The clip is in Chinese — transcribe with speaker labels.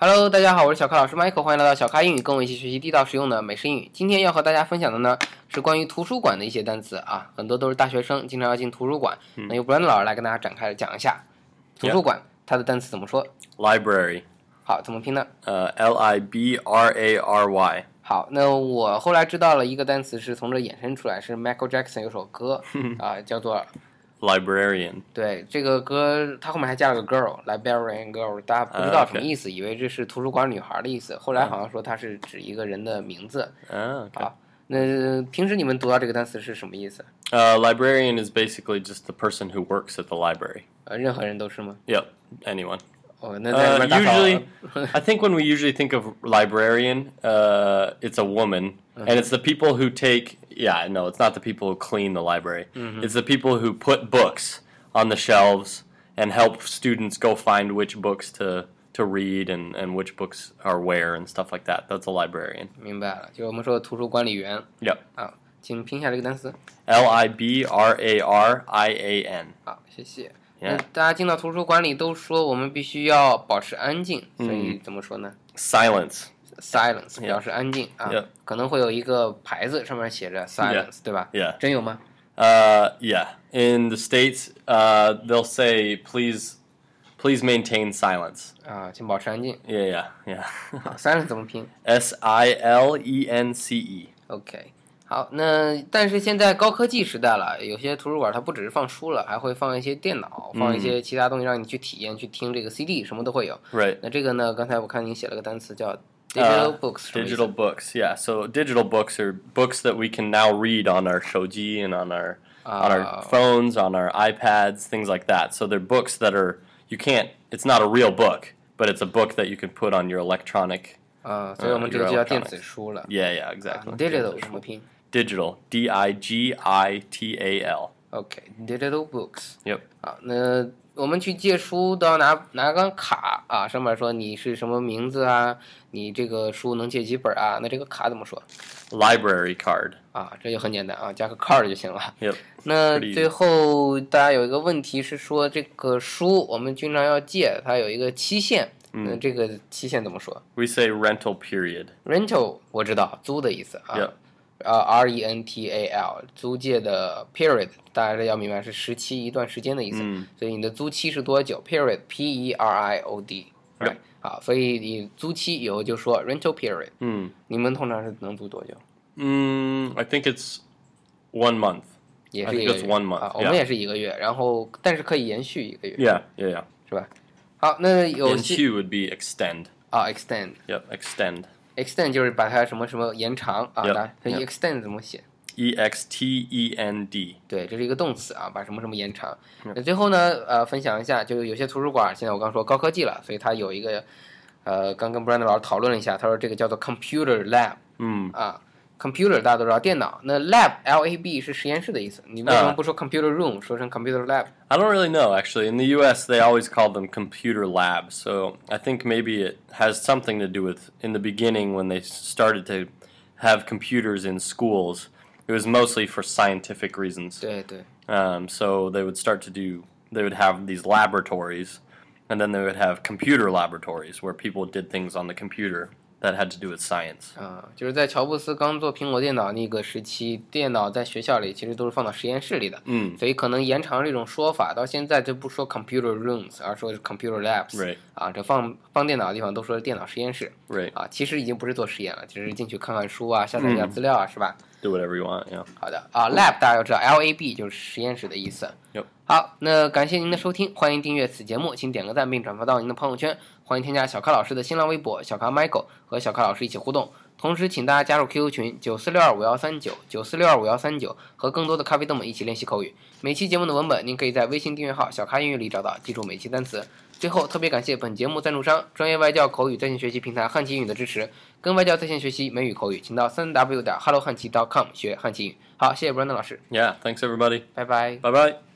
Speaker 1: Hello，大家好，我是小咖老师 Michael，欢迎来到小咖英语，跟我一起学习地道实用的美式英语。今天要和大家分享的呢是关于图书馆的一些单词啊，很多都是大学生经常要进图书馆。那由 Brandon 老师来跟大家展开讲一下图书馆它的单词怎么说，
Speaker 2: Library.
Speaker 1: 好，怎么拼呢？
Speaker 2: Uh, L I B R A R Y.
Speaker 1: 好，那我后来知道了一个单词是从这衍生出来，是 Michael Jackson 有首歌啊、叫做
Speaker 2: Librarian.
Speaker 1: 对这个歌，它后面还加了个 girl librarian girl，大家不知道什么意思以为这是图书馆女孩的意思，后来好像说它是指一个人的名字。
Speaker 2: Ah, okay.
Speaker 1: 好，那平时你们读到这个单词是什么意思？
Speaker 2: Uh, librarian is basically just the person who works at the library.
Speaker 1: 呃，任何人都是吗？
Speaker 2: Yep, anyone.
Speaker 1: 哦，那在里
Speaker 2: Uh,
Speaker 1: 面打扫
Speaker 2: usually, I think when we usually think of librarian, uh, it's a woman, and it's the people who take. Yeah, no, it's not the people who clean the library. It's the people who put books on the shelves and help students go find which books to to read and and which books are where and stuff like that. That's a librarian.
Speaker 1: 明白了，就是我们说的图书管理员
Speaker 2: Yep.
Speaker 1: 啊，请拼一下这个单词。
Speaker 2: L I B R A R I A N.
Speaker 1: 好，谢谢。那
Speaker 2: Yeah.
Speaker 1: 大家进到图书馆里都说我们必须要保持安静，
Speaker 2: 嗯
Speaker 1: 所以怎么说呢
Speaker 2: Silence.
Speaker 1: ？silence 表示安静啊
Speaker 2: Yeah.
Speaker 1: 可能会有一个牌子上面写着 silence，对吧
Speaker 2: Yeah.
Speaker 1: 真有吗？
Speaker 2: Uh, yeah. In the states, uh, they'll say please, please maintain silence.
Speaker 1: 啊，请保持安静。
Speaker 2: Yeah, yeah, yeah.
Speaker 1: 好，silence 怎么拼？
Speaker 2: S I L E N C E.
Speaker 1: OK，好，那但是现在高科技时代了，有些图书馆它不只是放书了，还会放一些电脑，放
Speaker 2: 嗯
Speaker 1: 一些其他东西让你去体验、去听这个 CD，什么都会有。
Speaker 2: Right.
Speaker 1: 那这个呢？刚才我看你写了个单词叫
Speaker 2: Uh,
Speaker 1: digital books，、什么意思
Speaker 2: Digital books. Yeah. So digital books are books that we can now read on our shoji and on our on our
Speaker 1: Oh.
Speaker 2: phones, on our iPads, things like that. So they're books that are you can't. It's not a real book, but it's a book that you can put on your electronic.
Speaker 1: 啊，所以我们这个就叫电子书了。
Speaker 2: Yeah, yeah,
Speaker 1: 啊
Speaker 2: exactly.
Speaker 1: Um, digital 怎么拼
Speaker 2: Digital. D I G I T A L.
Speaker 1: ？OK，digital books。
Speaker 2: Yep.
Speaker 1: 啊，那我们去借书都要拿拿张卡啊，上面说你是什么名字啊，你这个书能借几本啊？那这个卡怎么说
Speaker 2: Library card.
Speaker 1: 啊？这就很简单啊，加个 card 就行了。
Speaker 2: Yep.
Speaker 1: 那
Speaker 2: Pretty
Speaker 1: 最后大家有一个问题是说，这个书我们经常要借，它有一个期限。那这个期限怎么说
Speaker 2: We say rental period.
Speaker 1: ？Rental 我知道租的意思啊
Speaker 2: Yep.
Speaker 1: 呃 R E N T A L 租借的 period 大家要明白是时期一段时间的意思，所以你的租期是多久？period P E R I O D。
Speaker 2: Yep
Speaker 1: 好，所以你租期以后就说 rental period。
Speaker 2: 嗯，
Speaker 1: 你们通常是能租多久？
Speaker 2: Mm, Hmm. I think it's one month.
Speaker 1: 也
Speaker 2: I
Speaker 1: 是
Speaker 2: think
Speaker 1: 一个
Speaker 2: it's
Speaker 1: 月
Speaker 2: one month，
Speaker 1: 啊，
Speaker 2: yeah
Speaker 1: 我们也是一个月，然后但是可以延续一个月。
Speaker 2: Yeah, yeah, yeah.
Speaker 1: 是吧？好，那有
Speaker 2: And
Speaker 1: 些
Speaker 2: Q would be extend.
Speaker 1: 啊，extend
Speaker 2: Yep, extend.
Speaker 1: extend 就是把它什么什么延长啊，
Speaker 2: Yep，
Speaker 1: 那所以
Speaker 2: yep
Speaker 1: extend 怎么写？
Speaker 2: E X T E N D.
Speaker 1: 对，这是一个动词啊，把什么什么延长。那最后呢，呃，分享一下，就是有些图书馆现在我刚说高科技了，所以它有一个，呃，刚跟 Brand 老师讨论了一下，他说这个叫做 computer lab
Speaker 2: 嗯，
Speaker 1: 啊，computer 大家都知道电脑，那 lab L A B 是实验室的意思，你为什么
Speaker 2: 啊
Speaker 1: 不说 computer room，说成 computer lab？
Speaker 2: I don't really know actually. In the U.S., they always call them computer labs. So I think maybe it has something to do with in the beginning when they started to have computers in schools. It was mostly for scientific reasons.
Speaker 1: 对对。
Speaker 2: Um, so they would start to do, they would have these laboratories, and then they would have computer laboratories where people did things on the computer that had to do with science.
Speaker 1: 啊、就是在乔布斯刚做苹果电脑那个时期，电脑在学校里其实都是放到实验室里的，
Speaker 2: 嗯
Speaker 1: 所以可能延长这种说法，到现在就不说 computer rooms，而说是 computer labs，、
Speaker 2: Right
Speaker 1: 啊，这放放电脑的地方都说是电脑实验室，
Speaker 2: Right.
Speaker 1: 啊，其实已经不是做实验了，只是进去看看书啊，下载一
Speaker 2: 嗯
Speaker 1: 下资料啊，是吧？
Speaker 2: Do whatever you want. Yeah.
Speaker 1: 好的，啊，lab 大家要知道，L A B 就是实验室的意思。
Speaker 2: Yep
Speaker 1: 好，那感谢您的收听，欢迎订阅此节目，请点个赞并转发到您的朋友圈，欢迎添加小咖老师的新浪微博小咖 Michael 和小咖老师一起互动，同时请大家加入 QQ 群九四六二五幺三九九四六二五幺三九，和更多的咖啡豆们一起练习口语。每期节目的文本您可以在微信订阅号小咖英语里找到，记住每期单词。最后，特别感谢本节目赞助商专业外教口语在线学习平台汉奇英语的支持，跟外教在线学习美语口语，请到三 w 点 hello 汉奇 .com 学汉奇英语。好，谢谢 Brandon 老师，
Speaker 2: Yeah. Thanks everybody.
Speaker 1: 拜拜。
Speaker 2: Bye bye.